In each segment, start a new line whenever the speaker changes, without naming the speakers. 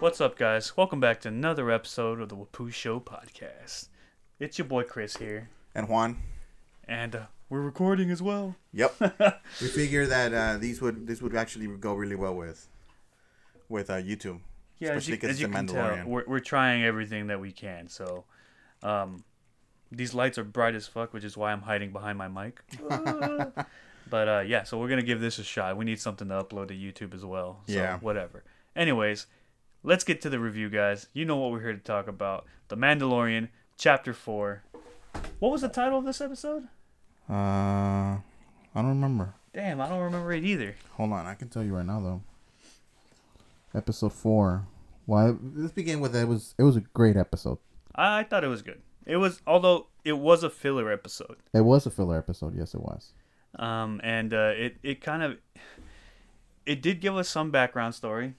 What's up, guys? Welcome back to another episode of the Wapoo Show podcast. It's your boy Chris here,
and Juan.
and uh, we're recording as well.
Yep. we figure that uh, these would this would actually go really well with with uh, YouTube.
Yeah, as you,
Especially 'cause
as you
it's
can
The
tell,
Mandalorian.
we're, we're trying everything that we can. So, um, these lights are bright as fuck, which is why I'm hiding behind my mic. Ah. but uh, yeah, so we're gonna give this a shot. We need something to upload to YouTube as well. So
Yeah.
Whatever. Anyways, let's get to the review, guys. You know what we're here to talk about: The Mandalorian, Chapter Four. What was the title of this episode?
Uh, I don't remember.
Damn, I don't remember it either.
Hold on, I can tell you right now though. Episode four. Why? Let's begin with it was it was a great episode.
I thought it was good. It was, although it was a filler episode,
It was a filler episode. Yes, it was.
um, and uh, it it kind of it did give us some background story,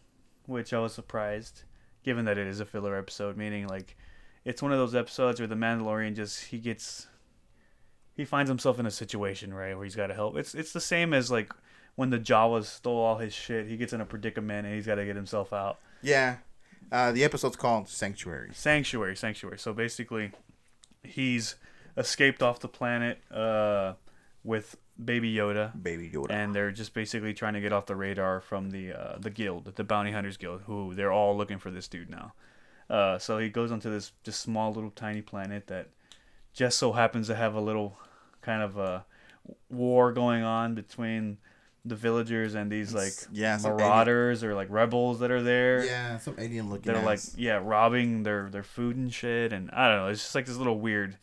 which I was surprised, given that it is a filler episode, meaning like it's one of those episodes where the Mandalorian just he gets he finds himself in a situation right where he's got to help. It's it's the same as like when the Jawas stole all his shit. He gets in a predicament and he's got to get himself out.
Yeah. Uh, the episode's called Sanctuaries.
sanctuary sanctuary so basically he's escaped off the planet uh, with baby yoda
Baby Yoda.
and they're just basically trying to get off the radar from the uh, the guild the bounty hunters guild who they're all looking for this dude now uh, so he goes onto this just small little tiny planet that just so happens to have a little kind of a war going on between the villagers and these like
yeah, some alien-
marauders or like rebels that are there
yeah, some alien looking.
they're like yeah robbing their their food and shit and i don't know it's just like this little weird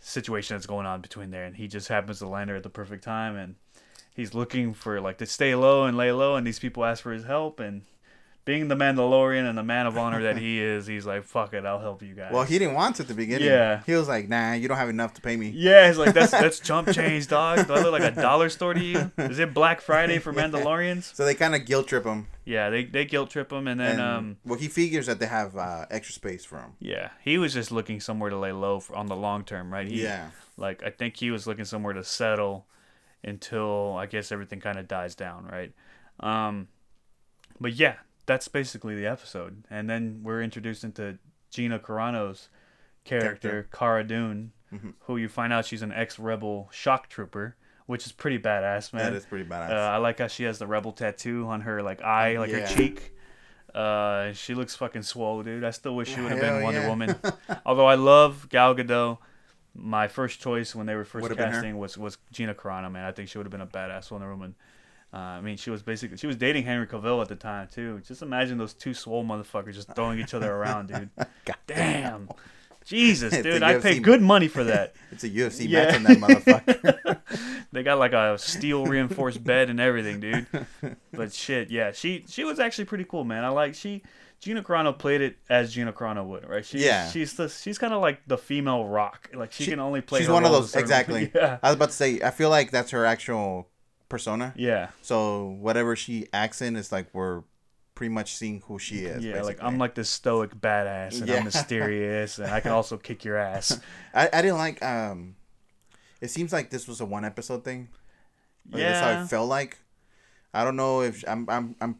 situation that's going on between there and he just happens to land there at the perfect time and he's looking for like to stay low and lay low and these people ask for his help and being the mandalorian and the man of honor that he is he's like fuck it i'll help you guys
Well, he didn't want to at the beginning.
Yeah.
He was like, "Nah, you don't have enough to pay me."
yeah, he's like that's that's chump change, dog. Do I look like a dollar store to you? Is it Black Friday for Mandalorians?
So they kind of guilt trip him,
Yeah, they, they guilt trip him, and then
and
um,
well, he figures that they have uh, extra space for him.
yeah, he was just looking somewhere to lay low for, on the long term, right? He,
Yeah.
Like I think he was looking somewhere to settle until I guess everything kind of dies down, right? Um, but yeah, that's basically the episode, and then we're introduced into Gina Carano's character, Cara Dune, who you find out she's an ex-rebel shock trooper, which is pretty badass, man.
That is pretty badass. Oh,
Uh, I like how she has the rebel tattoo on her like eye, like
Yeah.
her cheek. Uh, she looks fucking swole, dude. I still wish she would have been
Hell
Wonder
yeah.
Woman. Although I love Gal Gadot. My first choice when they were 1st
Would've been her.
casting was was Gina Carano, man. I think she would have been a badass Wonder Woman. Uh, I mean, she was basically she was dating Henry Cavill at the time too. Just imagine those two swole motherfuckers just throwing each other around, dude. Damn, Jesus,
It's
dude!
a
I pay
UFC
good money for that.
It's a UFC
Yeah.
match on that motherfucker.
they got like a steel reinforced bed and everything, dude. But shit, yeah, she she was actually pretty cool, man. I like she Gina Carano played it as Gina Carano would, right? She's,
Yeah.
she's the she's kind of like the female rock. Like she,
She-
can only play.
She's
her
one of
roles a
those
certain-
exactly.
Yeah.
I was about to say. I feel like that's her actual persona.
Yeah.
So whatever she acts in is like we're pretty much seeing who she is.
yeah, like
basically.
I'm like this stoic badass, and
Yeah.
I'm mysterious, and I can also kick your ass.
I, I didn't like. Um, it seems like this was a one episode thing. Like, That's how
Yeah.
it felt like. I don't know if I'm. I'm. I'm.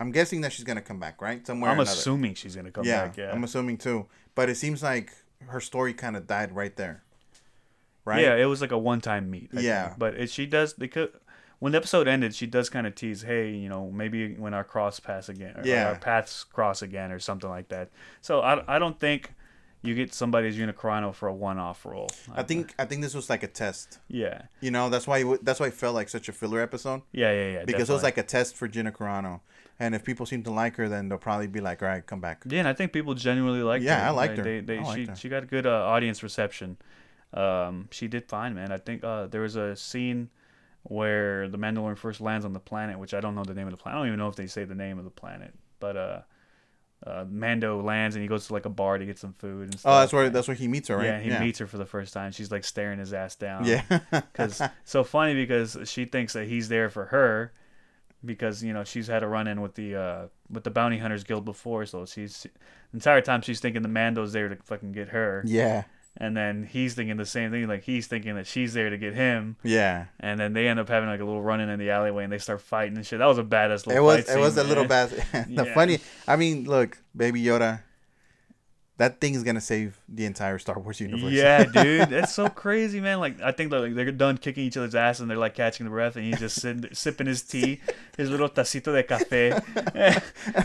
I'm guessing that she's gonna come back, right? Somewhere.
I'm
or another.
assuming she's gonna come
Yeah,
back. Yeah,
I'm assuming too. But it seems like her story kind of died right there. Right.
Yeah, it was like a one-time meet. I
Yeah.
think. but it, she does they could. When the episode ended, she does kind of tease, "Hey, you know, maybe when our cross pass again, or
Yeah.
our paths cross again, or something like that." So I, I don't think you get somebody as Unicorno for a one-off role.
I think. I think this was like a test.
yeah,
You know, that's why. It, w- that's why it felt like such a filler episode.
yeah, yeah, yeah.
because it was
definitely.
like a test for Gina Carano. And if people seem to like her, then they'll probably be like, "All right, come back."
Yeah, and I think people genuinely liked
Yeah,
her.
I liked her.
They, they,
I liked
she,
her.
she got good uh, audience reception. Um, she did fine, man. I think uh, there was a scene where the Mandalorian first lands on the planet, which I don't know the name of the planet. I don't even know if they say the name of the planet, but uh, uh, Mando lands and he goes to like a bar to get some food and stuff.
Oh, that's where that's where he meets her,
Yeah,
right?
he meets her for the first time. She's like staring his ass down.
Yeah,
Cause so funny because she thinks that he's there for her because you know she's had a run in with the uh with the bounty hunters guild before so she's the entire time she's thinking the mando's there to fucking get her
yeah.
and then he's thinking the same thing. Like he's thinking that she's there to get him,
Yeah.
and then they end up having like a little run in in the alleyway, and they start fighting and shit. That was a badass little.
It was
fight
it was a
scene,
little
man.
bad. the
Yeah.
funny, I mean, look, Baby Yoda, that thing is gonna save the entire Star Wars universe.
Yeah, dude, that's so crazy, man. Like, I think they're, like, they're done kicking each other's ass and they're like catching the breath, and he's just sitting, sipping his tea, his little tacito de café.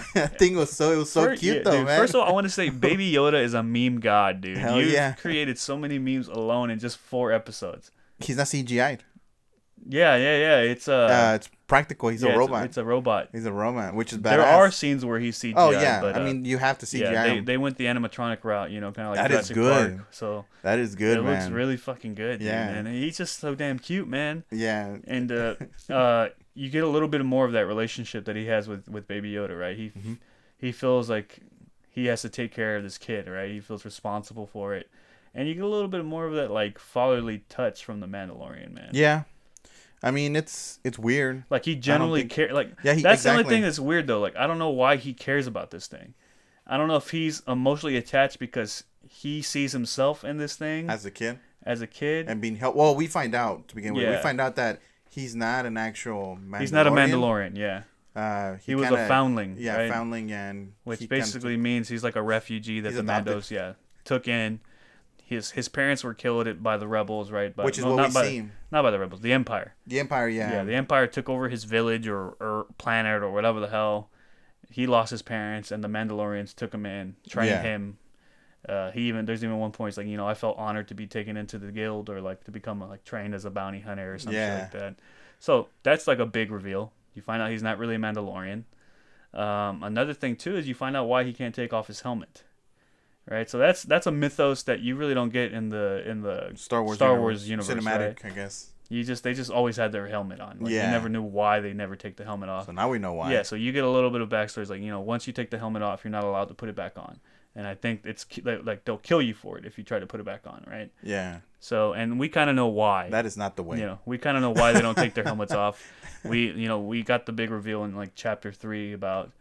that thing was so it was so
First-
cute
yeah,
though,
dude,
man.
First of all, I want to say Baby Yoda is a meme god, dude.
Hell
You've
yeah.
created so many memes alone in just four episodes.
he's not CGI'd.
Yeah, yeah, yeah. It's a
Uh, it's practical. He's
yeah,
a
it's
robot.
It's a robot.
he's a robot, which is badass.
There are scenes where he's CGI.
Oh yeah,
but,
I
uh,
mean you have to CGI
yeah, they,
him.
they went the animatronic route, you know, kind of like
That is
Jurassic
good.
Park. So
that is good,
it
man.
looks really fucking good,
Yeah.
yeah. Dude, man. He's just so damn cute, man.
yeah,
and uh, uh, you get a little bit more of that relationship that he has with, with Baby Yoda, right? He
Mm-hmm.
he feels like he has to take care of this kid, right? He feels responsible for it, and you get a little bit more of that like fatherly touch from the Mandalorian, man.
yeah. I mean it's it's weird.
Like he generally
think-
care. Like
Yeah, he-
that's the only
exactly.
thing that's weird though. Like I don't know why he cares about this thing. I don't know if he's emotionally attached because he sees himself in this thing as,
As a kid,
a kid.
and being helped. Well, we find out to begin with. We
Yeah.
find out that he's not an actual. Mandalorian.
he's not a Mandalorian, yeah.
Uh,
He was a
kinda-
foundling,
Yeah,
right?
foundling, and
which
he kinda-
basically means he's like a refugee that the
He's adopted.
Mandos, yeah, took in. His his parents were killed it- by the rebels, right? By,
Which is
uh, no,
what
not
we
by,
see.
Not by the rebels, the Empire.
the Empire. Yeah,
Yeah, the Empire took over his village or, or planet or whatever the hell. He lost his parents, and the Mandalorians took him in, trained
Yeah.
him. Uh, he even there's even one point it's like you know I felt honored to be taken into the guild or like to become like trained as a bounty hunter or something
Yeah.
like that. So that's like a big reveal. You find out he's not really a Mandalorian. Um, another thing too is you find out why he can't take off his helmet, right? So that's that's a mythos that you really don't get in the in the
Star Wars.
Star Wars universe,
cinematic,
right?
I guess.
You just they just always had their helmet on. Like,
Yeah.
You never knew why they never take the helmet off.
So now we know why.
Yeah, so you get a little bit of backstories, like you know, once you take the helmet off, you're not allowed to put it back on, and I think it's ki- like, like they'll kill you for it if you try to put it back on, right?
Yeah,
So, and we kind of know why.
that is not the way.
you know, we kind of know why they don't take their helmets off. We, you know, we got the big reveal in like chapter three about,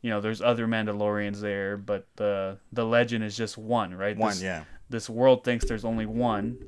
you know, there's other Mandalorians there, but the the legend is just one, right?
One,
This-
yeah,
this world thinks there's only one,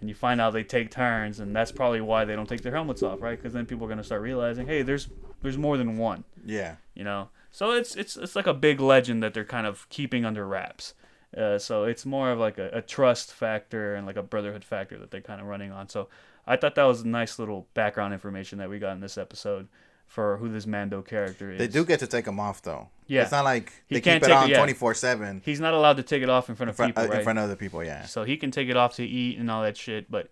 and you find out they take turns, and that's probably why they don't take their helmets off, right? Because then people are gonna start realizing, hey, there's there's more than one,
yeah.
you know. So it's it's it's like a big legend that they're kind of keeping under wraps. Uh, so it's more of like a, a trust factor and like a brotherhood factor that they're kind of running on. So I thought that was a nice little background information that we got in this episode for who this Mando character is.
They do get to take them off though.
Yeah.
it's not like
He
they
can't
keep it
take it,
on
yeah.
twenty four seven
He's not allowed to take it off in front of people, right?
in front of other people. Yeah,
so he can take it off to eat and all that shit. But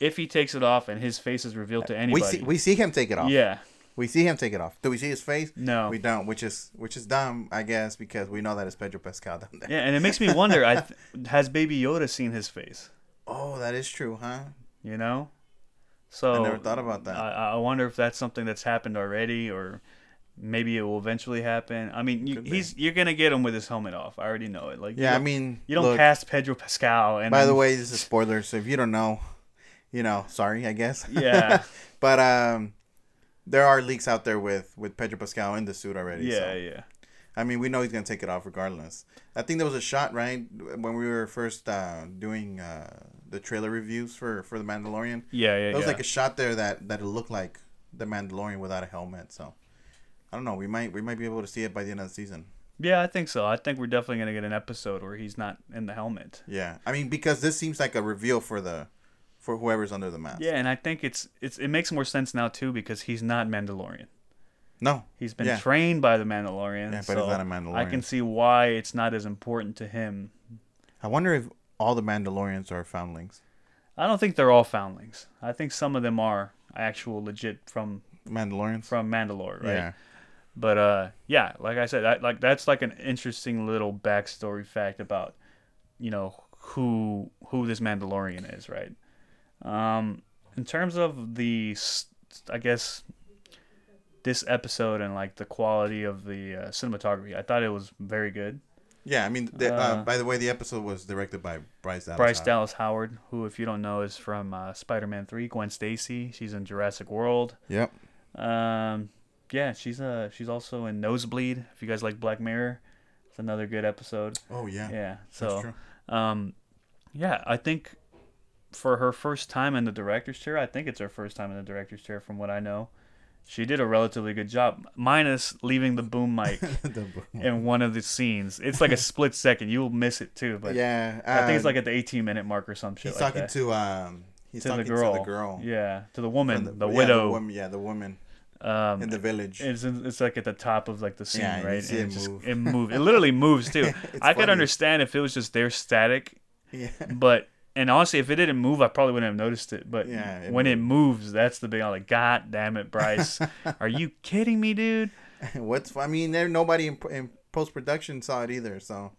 if he takes it off and his face is revealed to anybody,
we see we see him take it off.
yeah,
we see him take it off. Do we see his face?
No.
we don't. Which is which is dumb, I guess, because we know that it's Pedro Pascal down there.
yeah, and it makes me wonder: I th- has Baby Yoda seen his face?
Oh, that is true, huh?
You know, so
I never thought about that.
I, I wonder if that's something that's happened already, or maybe it will eventually happen. I mean, you,
Could be.
he's you're gonna get him with his helmet off. I already know it. Like, you
yeah, I
don't-
mean,
you don't
look,
cast Pedro Pascal. And
By the
then-
way, this is spoilers, so if you don't know, you know, sorry, I guess.
Yeah.
but um, there are leaks out there with with Pedro Pascal in the suit already.
yeah,
so.
yeah,
I mean, we know he's gonna take it off regardless. I think there was a shot right when we were first uh, doing uh, the trailer reviews for for the Mandalorian.
yeah, yeah.
There was
yeah.
like a shot there that that it looked like the Mandalorian without a helmet. So I don't know. We might we might be able to see it by the end of the season.
yeah, I think so. I think we're definitely gonna get an episode where he's not in the helmet.
Yeah, I mean because this seems like a reveal for the for whoever's under the mask.
Yeah, and I think it's it's it makes more sense now too because he's not Mandalorian.
No.
He's been
Yeah.
trained by the Mandalorian.
Yeah, but he's
so
not a Mandalorian.
I can see why it's not as important to him.
I wonder if all the Mandalorians are foundlings.
I don't think they're all foundlings. I think some of them are actual legit from
Mandalorians.
from Mandalore, right?
Yeah.
But uh, yeah, like I said, I, like that's like an interesting little backstory fact about you know who who this Mandalorian is, right? Um, in terms of the, s- I guess this episode and like the quality of the uh, cinematography, I thought it was very good.
Yeah, I mean, the, uh,
Uh,
by the way, the episode was directed by Bryce Dallas.
Bryce
Howard.
Dallas Howard, who if you don't know is from uh, Spider-Man Three, Gwen Stacy, she's in Jurassic World.
Yep.
Um, yeah, she's uh she's also in Nosebleed. If you guys like Black Mirror, it's another good episode.
Oh yeah.
Yeah,
That's
so
true.
um, yeah, I think for her first time in the director's chair, I think it's her first time in the director's chair from what I know. She did a relatively good job, minus leaving the boom mic
The boom.
in one of the scenes. It's like a split second. You'll miss it too, but
yeah,
I think it's
uh,
like at the 18 minute mark or some shit
he's
like
talking
that.
to um, he's
to
talking
the girl.
to the girl.
Yeah, to the woman,
And
the,
yeah,
widow.
woman, yeah, the woman
um,
in the village.
it's, in- it's like at the top of like the scene,
Yeah, and you
right?
see
And
it
just-
move.
it moves. It literally moves too. I could
funny.
understand if it was just their static,
yeah,
but and honestly, if it didn't move, I probably wouldn't have noticed it. But
Yeah, it
when it moves, that's the big. I'm like, God damn it, Bryce! Are you kidding me, dude?
what's I mean, there nobody in, in post production saw it either, so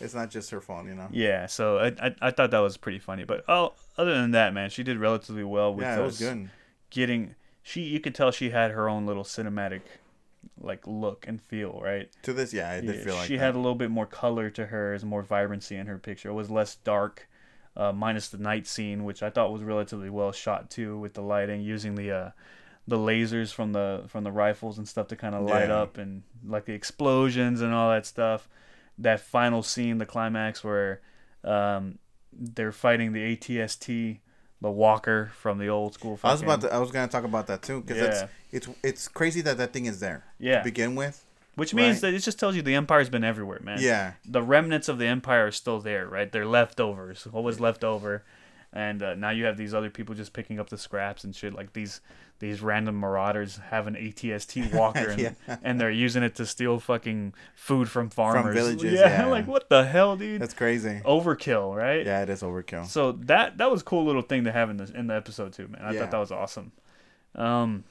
it's not just her fault, you know.
Yeah. So I, I I thought that was pretty funny. But oh, other than that, man, she did relatively well with
Yeah, it was
us
good.
getting. She you could tell she had her own little cinematic, like look and feel, right?
To this, yeah, I did
Yeah,
feel like
she
that.
had a little bit more color to hers, more vibrancy in her picture. It was less dark, uh, minus the night scene, which I thought was relatively well shot too, with the lighting using the uh, the lasers from the from the rifles and stuff to kind of light
Yeah.
up and like the explosions and all that stuff. That final scene, the climax where um, they're fighting the ATST, the Walker from the old school.
I was about
fucking-
to, I was gonna talk about that too because
Yeah.
it's it's it's crazy that that thing is there
Yeah.
to begin with.
which means
right.
that it just tells you the empire's been everywhere, man.
Yeah,
the remnants of the empire are still there, right? They're leftovers. What was left over, and uh, now you have these other people just picking up the scraps and shit. Like these these random marauders have an ATST walker and,
Yeah.
and they're using it to steal fucking food from farmers.
villages, yeah.
like what the hell, dude?
that's crazy.
Overkill, right?
Yeah, it is overkill.
Oh, So that that was a cool little thing to have in the in the episode too, man. I
Yeah.
thought that was awesome. Um,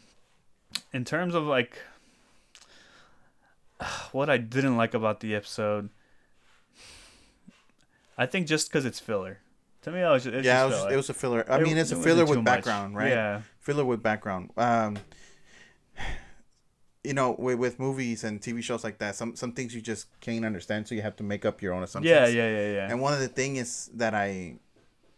in terms of like what I didn't like about the episode, I think just because it's filler. To me, I was just, it's
yeah,
just
it was,
filler.
it was a filler. I
It-
mean, it's
it
a
wasn't
filler
too
with
much.
background, right?
Yeah,
Filler with background. Um, you know, with, with movies and TV shows like that, some some things you just can't understand, so you have to make up your own assumptions.
yeah, yeah, yeah, yeah.
And one of the thing is that I,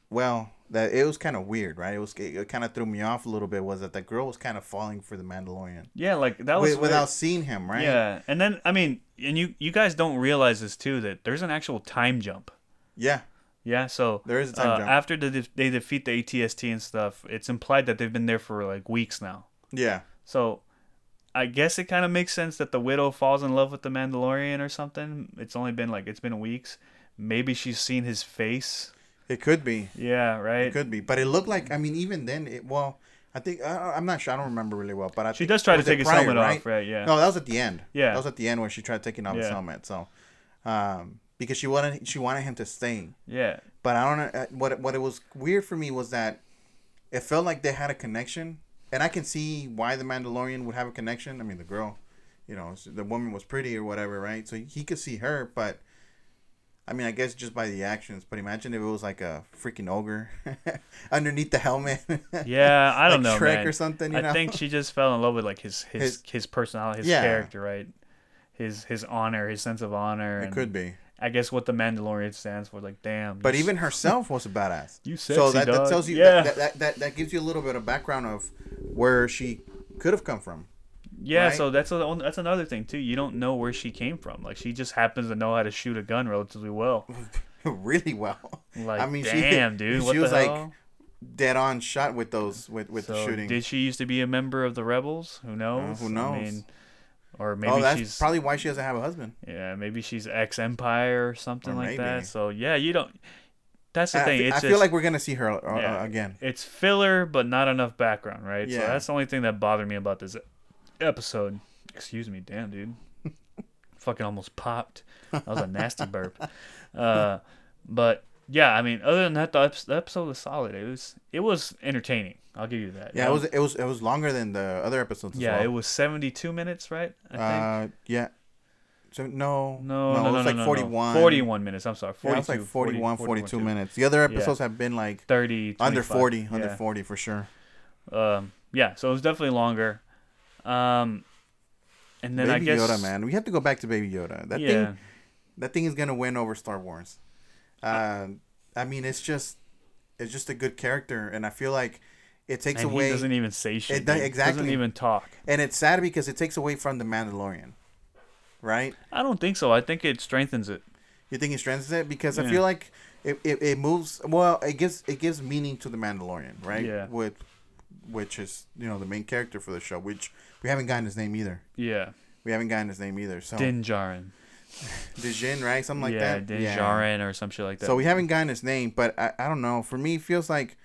well, that it was kind of weird, right? It was it, kind of threw me off a little bit. Was that the girl was kind of falling for the Mandalorian
yeah, like that was
Wi- without seeing him, right?
Yeah, and then I mean, and you you guys don't realize this too that there's an actual time jump.
Yeah.
Yeah, so
There is a time
uh,
jump.
After the def they defeat the ATST and stuff, it's implied that they've been there for like weeks now.
Yeah.
So I guess it kind of makes sense that the widow falls in love with the Mandalorian or something. It's only been like it's been weeks. Maybe she's seen his face.
It could be.
Yeah, right.
It could be. But it looked like. I mean, even then, it well. I think I I'm not sure. I don't remember really well, but I
She
think-
does try to
was it
take his
prior,
helmet off, right? Yeah.
No, that was at the end.
Yeah.
that was at the end when she tried taking off his
Yeah.
helmet. So, um, because she wanted she wanted him to stay,
Yeah.
but I don't know uh, what what it was weird for me was that it felt like they had a connection, and I can see why the Mandalorian would have a connection. I mean, the girl, you know, the woman was pretty or whatever, right? So he could see her, but I mean, I guess just by the actions. But imagine if it was like a freaking ogre underneath the helmet.
Yeah, I don't know,
Like Shrek
man.
or something, you
I
know?
think she just fell in love with like his his his,
His-
personality, his
Yeah.
character, right? His his honor, his sense of honor.
it
and
could be.
I guess what the Mandalorian stands for, like, damn.
But
you
even herself was a badass.
You
so
sexy
that,
dog.
that tells you
Yeah.
that, that, that that gives you a little bit of background of where she could have come from.
Yeah,
right?
so that's a, that's another thing too. You don't know where she came from. Like she just happens to know how to shoot a gun relatively well.
really well.
Like,
I mean,
damn,
she,
dude,
she
what the
was
hell?
like dead on shot with those with with the
So
shooting. Uh,
did she used to be a member of the rebels? Who knows?
who knows?
or maybe
oh, that's
she's
probably why she doesn't have a husband.
yeah, maybe she's ex Empire or something
Or
like
maybe.
that. So yeah, you don't. That's the
I,
thing.
fe-
It's
I
just,
feel like we're gonna see her uh,
yeah,
uh, again.
It's filler, but not enough background, right? So
Yeah.
that's the only thing that bothered me about this episode. Excuse me, damn, dude. Fucking almost popped. That was a nasty burp. Uh, but yeah, I mean, other than that, the ep- the episode was solid. It was it was entertaining. I'll give you that.
Yeah, it was it was it was longer than the other episodes. as
Yeah,
well.
it was seventy-two minutes, right? I think.
Uh, yeah. So no,
no, no, no,
it was
no,
like
no, no.
41.
41 minutes. I'm sorry. 42,
Yeah, it was like 41, 42
42.
minutes. The other episodes have been like
30,
under
25.
40, under
Yeah.
40 for sure.
Um, yeah, so it was definitely longer. Um, and then
Baby
I guess
Yoda, man, we have to go back to Baby Yoda. That
yeah,
thing, that thing is gonna win over Star Wars. Uh, I mean, it's just it's just a good character, and I feel like it takes
and
away
he doesn't e- even say shit.
It do-
dude. Doesn't
exactly.
even talk.
and it's sad because it takes away from the Mandalorian, right?
I don't think so. I think it strengthens it.
You think he strengthens it because I
Yeah.
feel like it, it, it moves well it gives it gives meaning to the mandalorian right
Yeah.
with which is you know the main character for the show which we haven't gotten his name either
Yeah.
we haven't gotten his name either so
Din Djarin.
Dijin, right something Oh. like
yeah,
that
Din Djarin or some shit like that.
so we haven't gotten his name but I, I don't know for me it feels like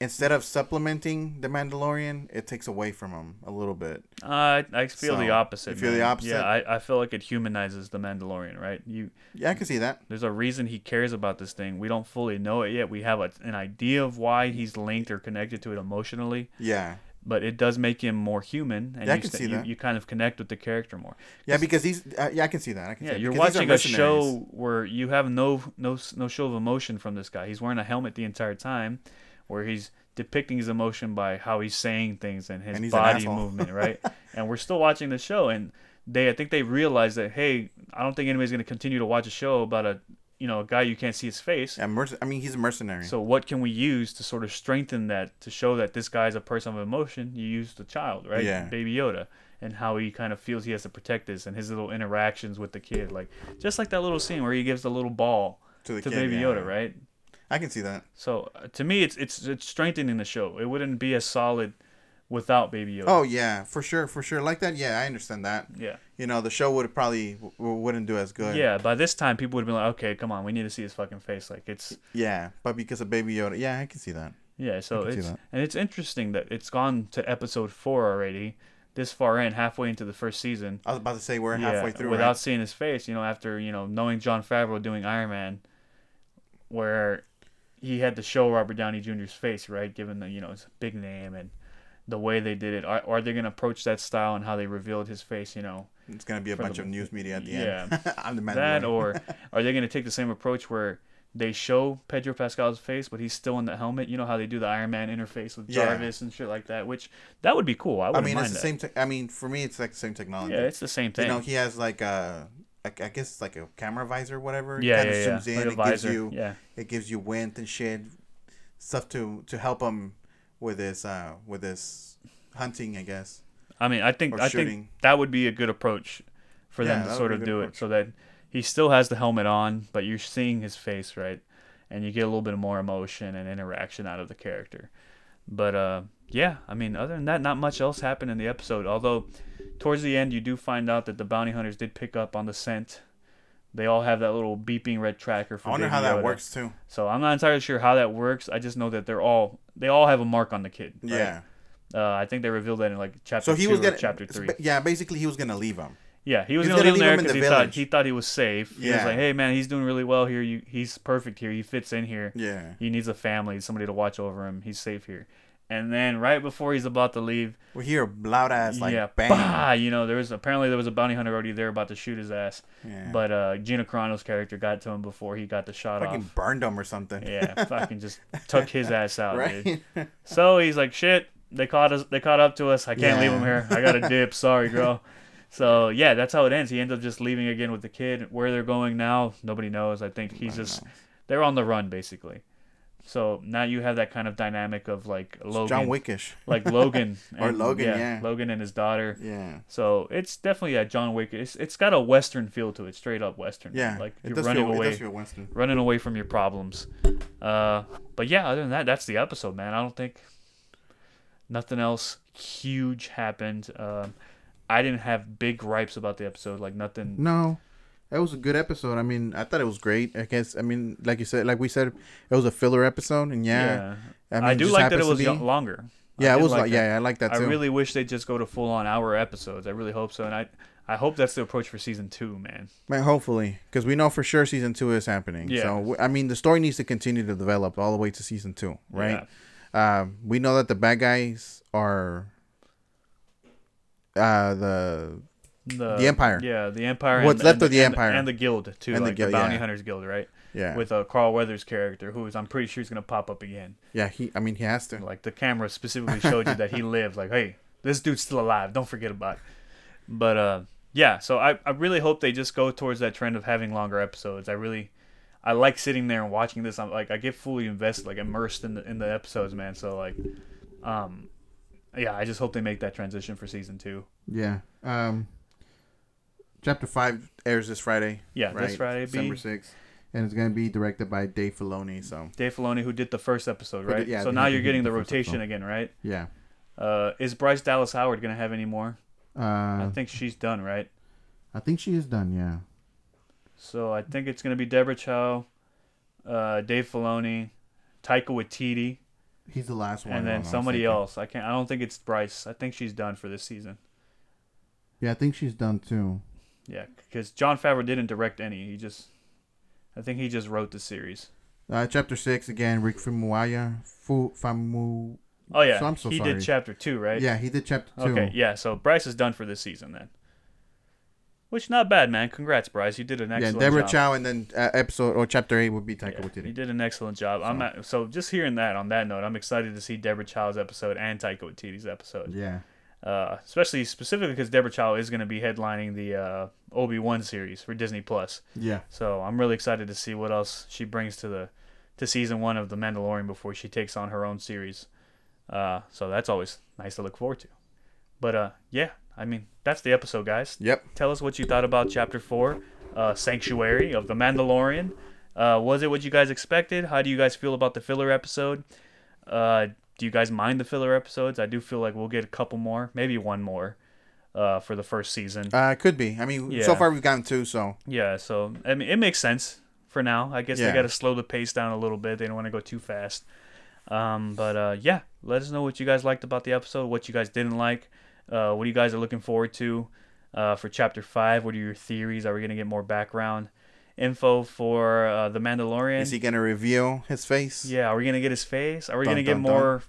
instead of supplementing the mandalorian it takes away from him a little bit
I I feel the
So,
opposite.
you feel the
man.
opposite?
Yeah, I, I feel like it humanizes the Mandalorian, right? You
yeah i can see that
there's a reason he cares about this thing. We don't fully know it yet. We have a, an idea of why he's linked or connected to it emotionally,
yeah
but it does make him more human, and
Yeah, I
you,
can
sta-
see
you,
that.
you kind of connect with the character more.
yeah because he's uh, yeah i can see that I can see
Yeah,
that,
you're
because these are
watching a
mercenaries.
show where you have no no no show of emotion from this guy. He's wearing a helmet the entire time, where he's depicting his emotion by how he's saying things and his
And he's an
body
asshole.
movement, right? and we're still watching the show, and they I think they realize that hey, I don't think anybody's gonna continue to watch a show about a you know a guy you can't see his face.
yeah, merc- i mean he's a mercenary
So what can we use to sort of strengthen that to show that this guy's a person of emotion? You use the child, right?
Yeah.
Baby Yoda and how he kind of feels he has to protect this and his little interactions with the kid, like just like that little scene where he gives the little ball
To
to,
the kid,
Baby
yeah.
Yoda, right?
i can see that
So uh, to me, it's it's it's strengthening the show. It wouldn't be as solid without Baby Yoda.
Oh yeah, for sure, for sure. Like that, yeah, I understand that.
Yeah.
You know, the show would probably w- wouldn't do as good.
Yeah, by this time people would have been like, okay, come on, we need to see his fucking face. Like it's
Yeah, but because of Baby Yoda, yeah, I can see that.
Yeah, so
can see
it's
that.
and it's interesting that it's gone to episode four already, this far in, halfway into the first season.
I was about to say we're
Yeah,
halfway through.
without
Without
seeing his face. You know, after you know knowing John Favreau doing Iron Man, where he had to show Robert Downey Jr.'s face, right? Given the you know his big name and the way they did it, are, are they going to approach that style and how they revealed his face? You know,
right? it's gonna be a bunch
the-
of news media at the end.
Yeah.
I'm the man.
that or are they going to take the same approach where they show Pedro Pascal's face, but he's still in the helmet? You know how they do the Iron Man interface with
Yeah.
Jarvis and shit like that, which that would be cool. I
I
wouldn't
mean,
mind
it's the
that.
same. Te- I mean, for me, it's like the same technology.
yeah, it's the same thing.
you know, he has like a, like I guess like a camera visor, or whatever. It
yeah,
kinda
yeah,
zooms
yeah.
in.
Like a
it
visor.
gives you,
yeah.
it gives you wind and shit, stuff to to help him with his uh with his hunting, I guess.
I mean, I think
or
I
shooting.
think that would be a good approach for
Yeah,
them
that
to
would
sort
be a
of
good
do
approach.
it, so that he still has the helmet on, but you're seeing his face, right? And you get a little bit more emotion and interaction out of the character. But uh, yeah, I mean, other than that, not much else happened in the episode. Although, towards the end, you do find out that the bounty hunters did pick up on the scent. They all have that little beeping red tracker for.
I wonder
Baby
how that
Yoda.
works too.
So I'm not entirely sure how that works. I just know that they're all they all have a mark on the kid. right?
Yeah.
Uh, I think they revealed that in like chapter
So he
two
was
or
gonna
chapter three.
Yeah, basically he was gonna leave him.
Yeah, he was
He's
gonna
gonna
leave him
leave
there
him in
because
the
he thought
village.
he thought he was safe. He was
Yeah.
like, "Hey man, he's doing really well here. You, he's perfect here. He fits in here.
Yeah.
He needs a family, somebody to watch over him. He's safe here." And then right before he's about to leave,
We hear a loud ass like
yeah,
bang.
bah, you know, there was apparently there was a bounty hunter already there about to shoot his ass,
Yeah.
but uh, Gina Carano's character got to him before he got the shot
Fucking
off.
burned him or something.
Yeah, fucking just took his ass out, dude.
Right?
So he's like, "Shit, they caught us. They caught up to us. I can't
Yeah.
leave him here. I gotta dip. Sorry, girl." So yeah, that's how it ends. He ends up just leaving again with the kid. Where they're going now, nobody knows. I think he's just they're on the run basically. So now you have that kind of dynamic of like Logan,
John Wickish.
like Logan
Or Logan, yeah.
Logan and his daughter.
Yeah.
So it's definitely a John Wick. It's it's got a western feel to it, straight up western.
Yeah.
like
it
you're
does
running
feel,
away
It does feel Winston.
running away from your problems. Uh, but yeah, other than that, that's the episode, man. I don't think nothing else huge happened. Um, I didn't have big gripes about the episode, like nothing.
No.
That was a good episode. I mean, I thought it was great. I guess I mean, like you said, like we said, it was a filler episode, and yeah,
Yeah,
I
I,
mean,
do
just
like that it
happens
was
to
yo-
be-
longer. I
yeah, it
did
was
like
like,
that.
yeah, I like that
I
too.
really wish they'd just go to full on hour episodes. I really hope so, and I I hope that's the approach for season two, man.
Man, hopefully, because we know for sure season two is happening.
Yeah.
So w- I mean, the story needs to continue to develop all the way to season two, right? Um, we know that the bad guys are uh, the The Empire.
Yeah, the Empire.
What's
and,
left
and
of the
and
Empire.
and the Guild too,
And the
like the,
Guild,
Bounty
yeah.
Hunters Guild, right?
yeah,
With uh, Carl Weathers' character, who is I'm pretty sure is gonna pop up again.
yeah. He, I mean, he has to.
Like the camera specifically showed you that he lived. Like, hey, this dude's still alive. Don't forget about it. But uh, yeah, so I, I really hope they just go towards that trend of having longer episodes. I really I like sitting there and watching this. I'm like I get fully invested, like immersed in the in the episodes, man. So like um yeah, I just hope they make that transition for season two.
Yeah. Um, chapter five airs this Friday.
Yeah, this Friday, B.
December sixth.
and it's gonna be directed by Dave.
Dave Filoni. So
Dave Filoni, who did the first episode,
Who did-
right?
yeah,
so
he
now
did-
you're
he
getting
did
the
the first
rotation
episode.
again, right?
Yeah,
Uh, is Bryce Dallas Howard gonna have any more?
uh, I,
I think she's done, right?
think she is done. Yeah,
So I think it's gonna be Deborah Chow, uh, Dave Filoni, Taika Waititi,
he's the last one.
and
I
then
was
somebody
thinking.
else. I can't. I don't think it's Bryce. I think she's done for this season.
Yeah, I think she's done too.
Yeah, because John Favreau didn't direct any. He just, I think he just wrote the series.
Uh, chapter six again. Rick Famuyiwa. Fu Famu.
Oh yeah,
So I'm so
he
sorry.
did chapter two, right?
Yeah, he did chapter two.
Okay, yeah. So Bryce is done for this season then. Which not bad, man. Congrats, Bryce. You did an
Yeah,
excellent
Deborah
job.
Chow, and then uh, episode or chapter eight would be Taika
Yeah, you
Waititi.
did an excellent job. I'm at, so just hearing that. On that note, I'm excited to see Deborah Chow's episode and Taika Waititi's episode,
Yeah,
uh, especially specifically because Deborah Chow is going to be headlining the uh, Obi wan series for Disney Plus.
yeah,
So I'm really excited to see what else she brings to the to season one of The Mandalorian before she takes on her own series. Uh, so that's always nice to look forward to. But uh, yeah, I mean that's the episode, guys.
Yep.
Tell us what you thought about Chapter Four, uh, Sanctuary of The Mandalorian. Uh, was it what you guys expected? How do you guys feel about the filler episode? Uh, do you guys mind the filler episodes? I do feel like we'll get a couple more, maybe one more, uh, for the first season.
Uh, could be. I mean, so
Yeah.
far we've gotten two. So
Yeah, so I mean, it makes sense for now. I guess
Yeah.
they got to slow the pace down a little bit. They don't want to go too fast. Um, but uh, yeah, let us know what you guys liked about the episode, what you guys didn't like, uh, what you guys are looking forward to uh, for Chapter Five. What are your theories? Are we gonna get more background info for uh, the Mandalorian?
is he gonna reveal his face?
yeah, are we gonna get his face? Are we
Dun,
gonna get
dun, dun.
more?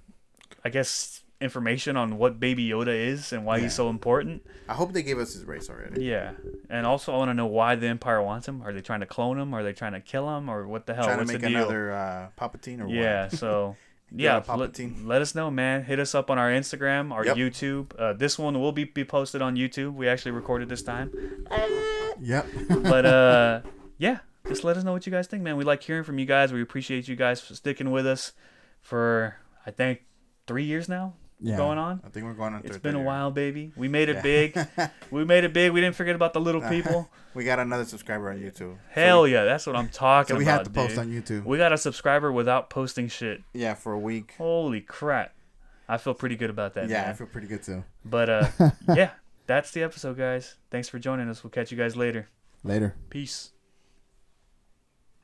I guess information on what Baby Yoda is and why
Yeah.
he's so important.
I hope they gave us his race already.
Yeah, and also I want to know why the Empire wants him. Are they trying to clone him? Are they trying to kill him? Or what the hell?
Trying
What's
to make
the deal?
another uh, Palpatine or
yeah,
what?
so
Get
yeah,
a
let,
Palpatine.
let us know, man. Hit us up on our Instagram, our
Yep.
YouTube. Uh, this one will be be posted on YouTube. We actually recorded this time,
yep.
but uh, yeah, just let us know what you guys think, man. We like hearing from you guys. We appreciate you guys for sticking with us for I think three years now
Yeah.
going on.
I think we're going on.
It's
third
been a
year.
while, baby. We made it
Yeah. Uh-huh.
big. we made it big. We didn't forget about the little people.
we got another subscriber on YouTube.
Hell yeah, that's what I'm talking
So we
about.
have to post
dude.
on YouTube.
We got a subscriber without posting shit.
Yeah, for a week.
Holy crap. I feel pretty good about that.
Yeah,
man.
I feel pretty good too.
But uh yeah, that's the episode guys. Thanks for joining us. We'll catch you guys later.
Later.
Peace.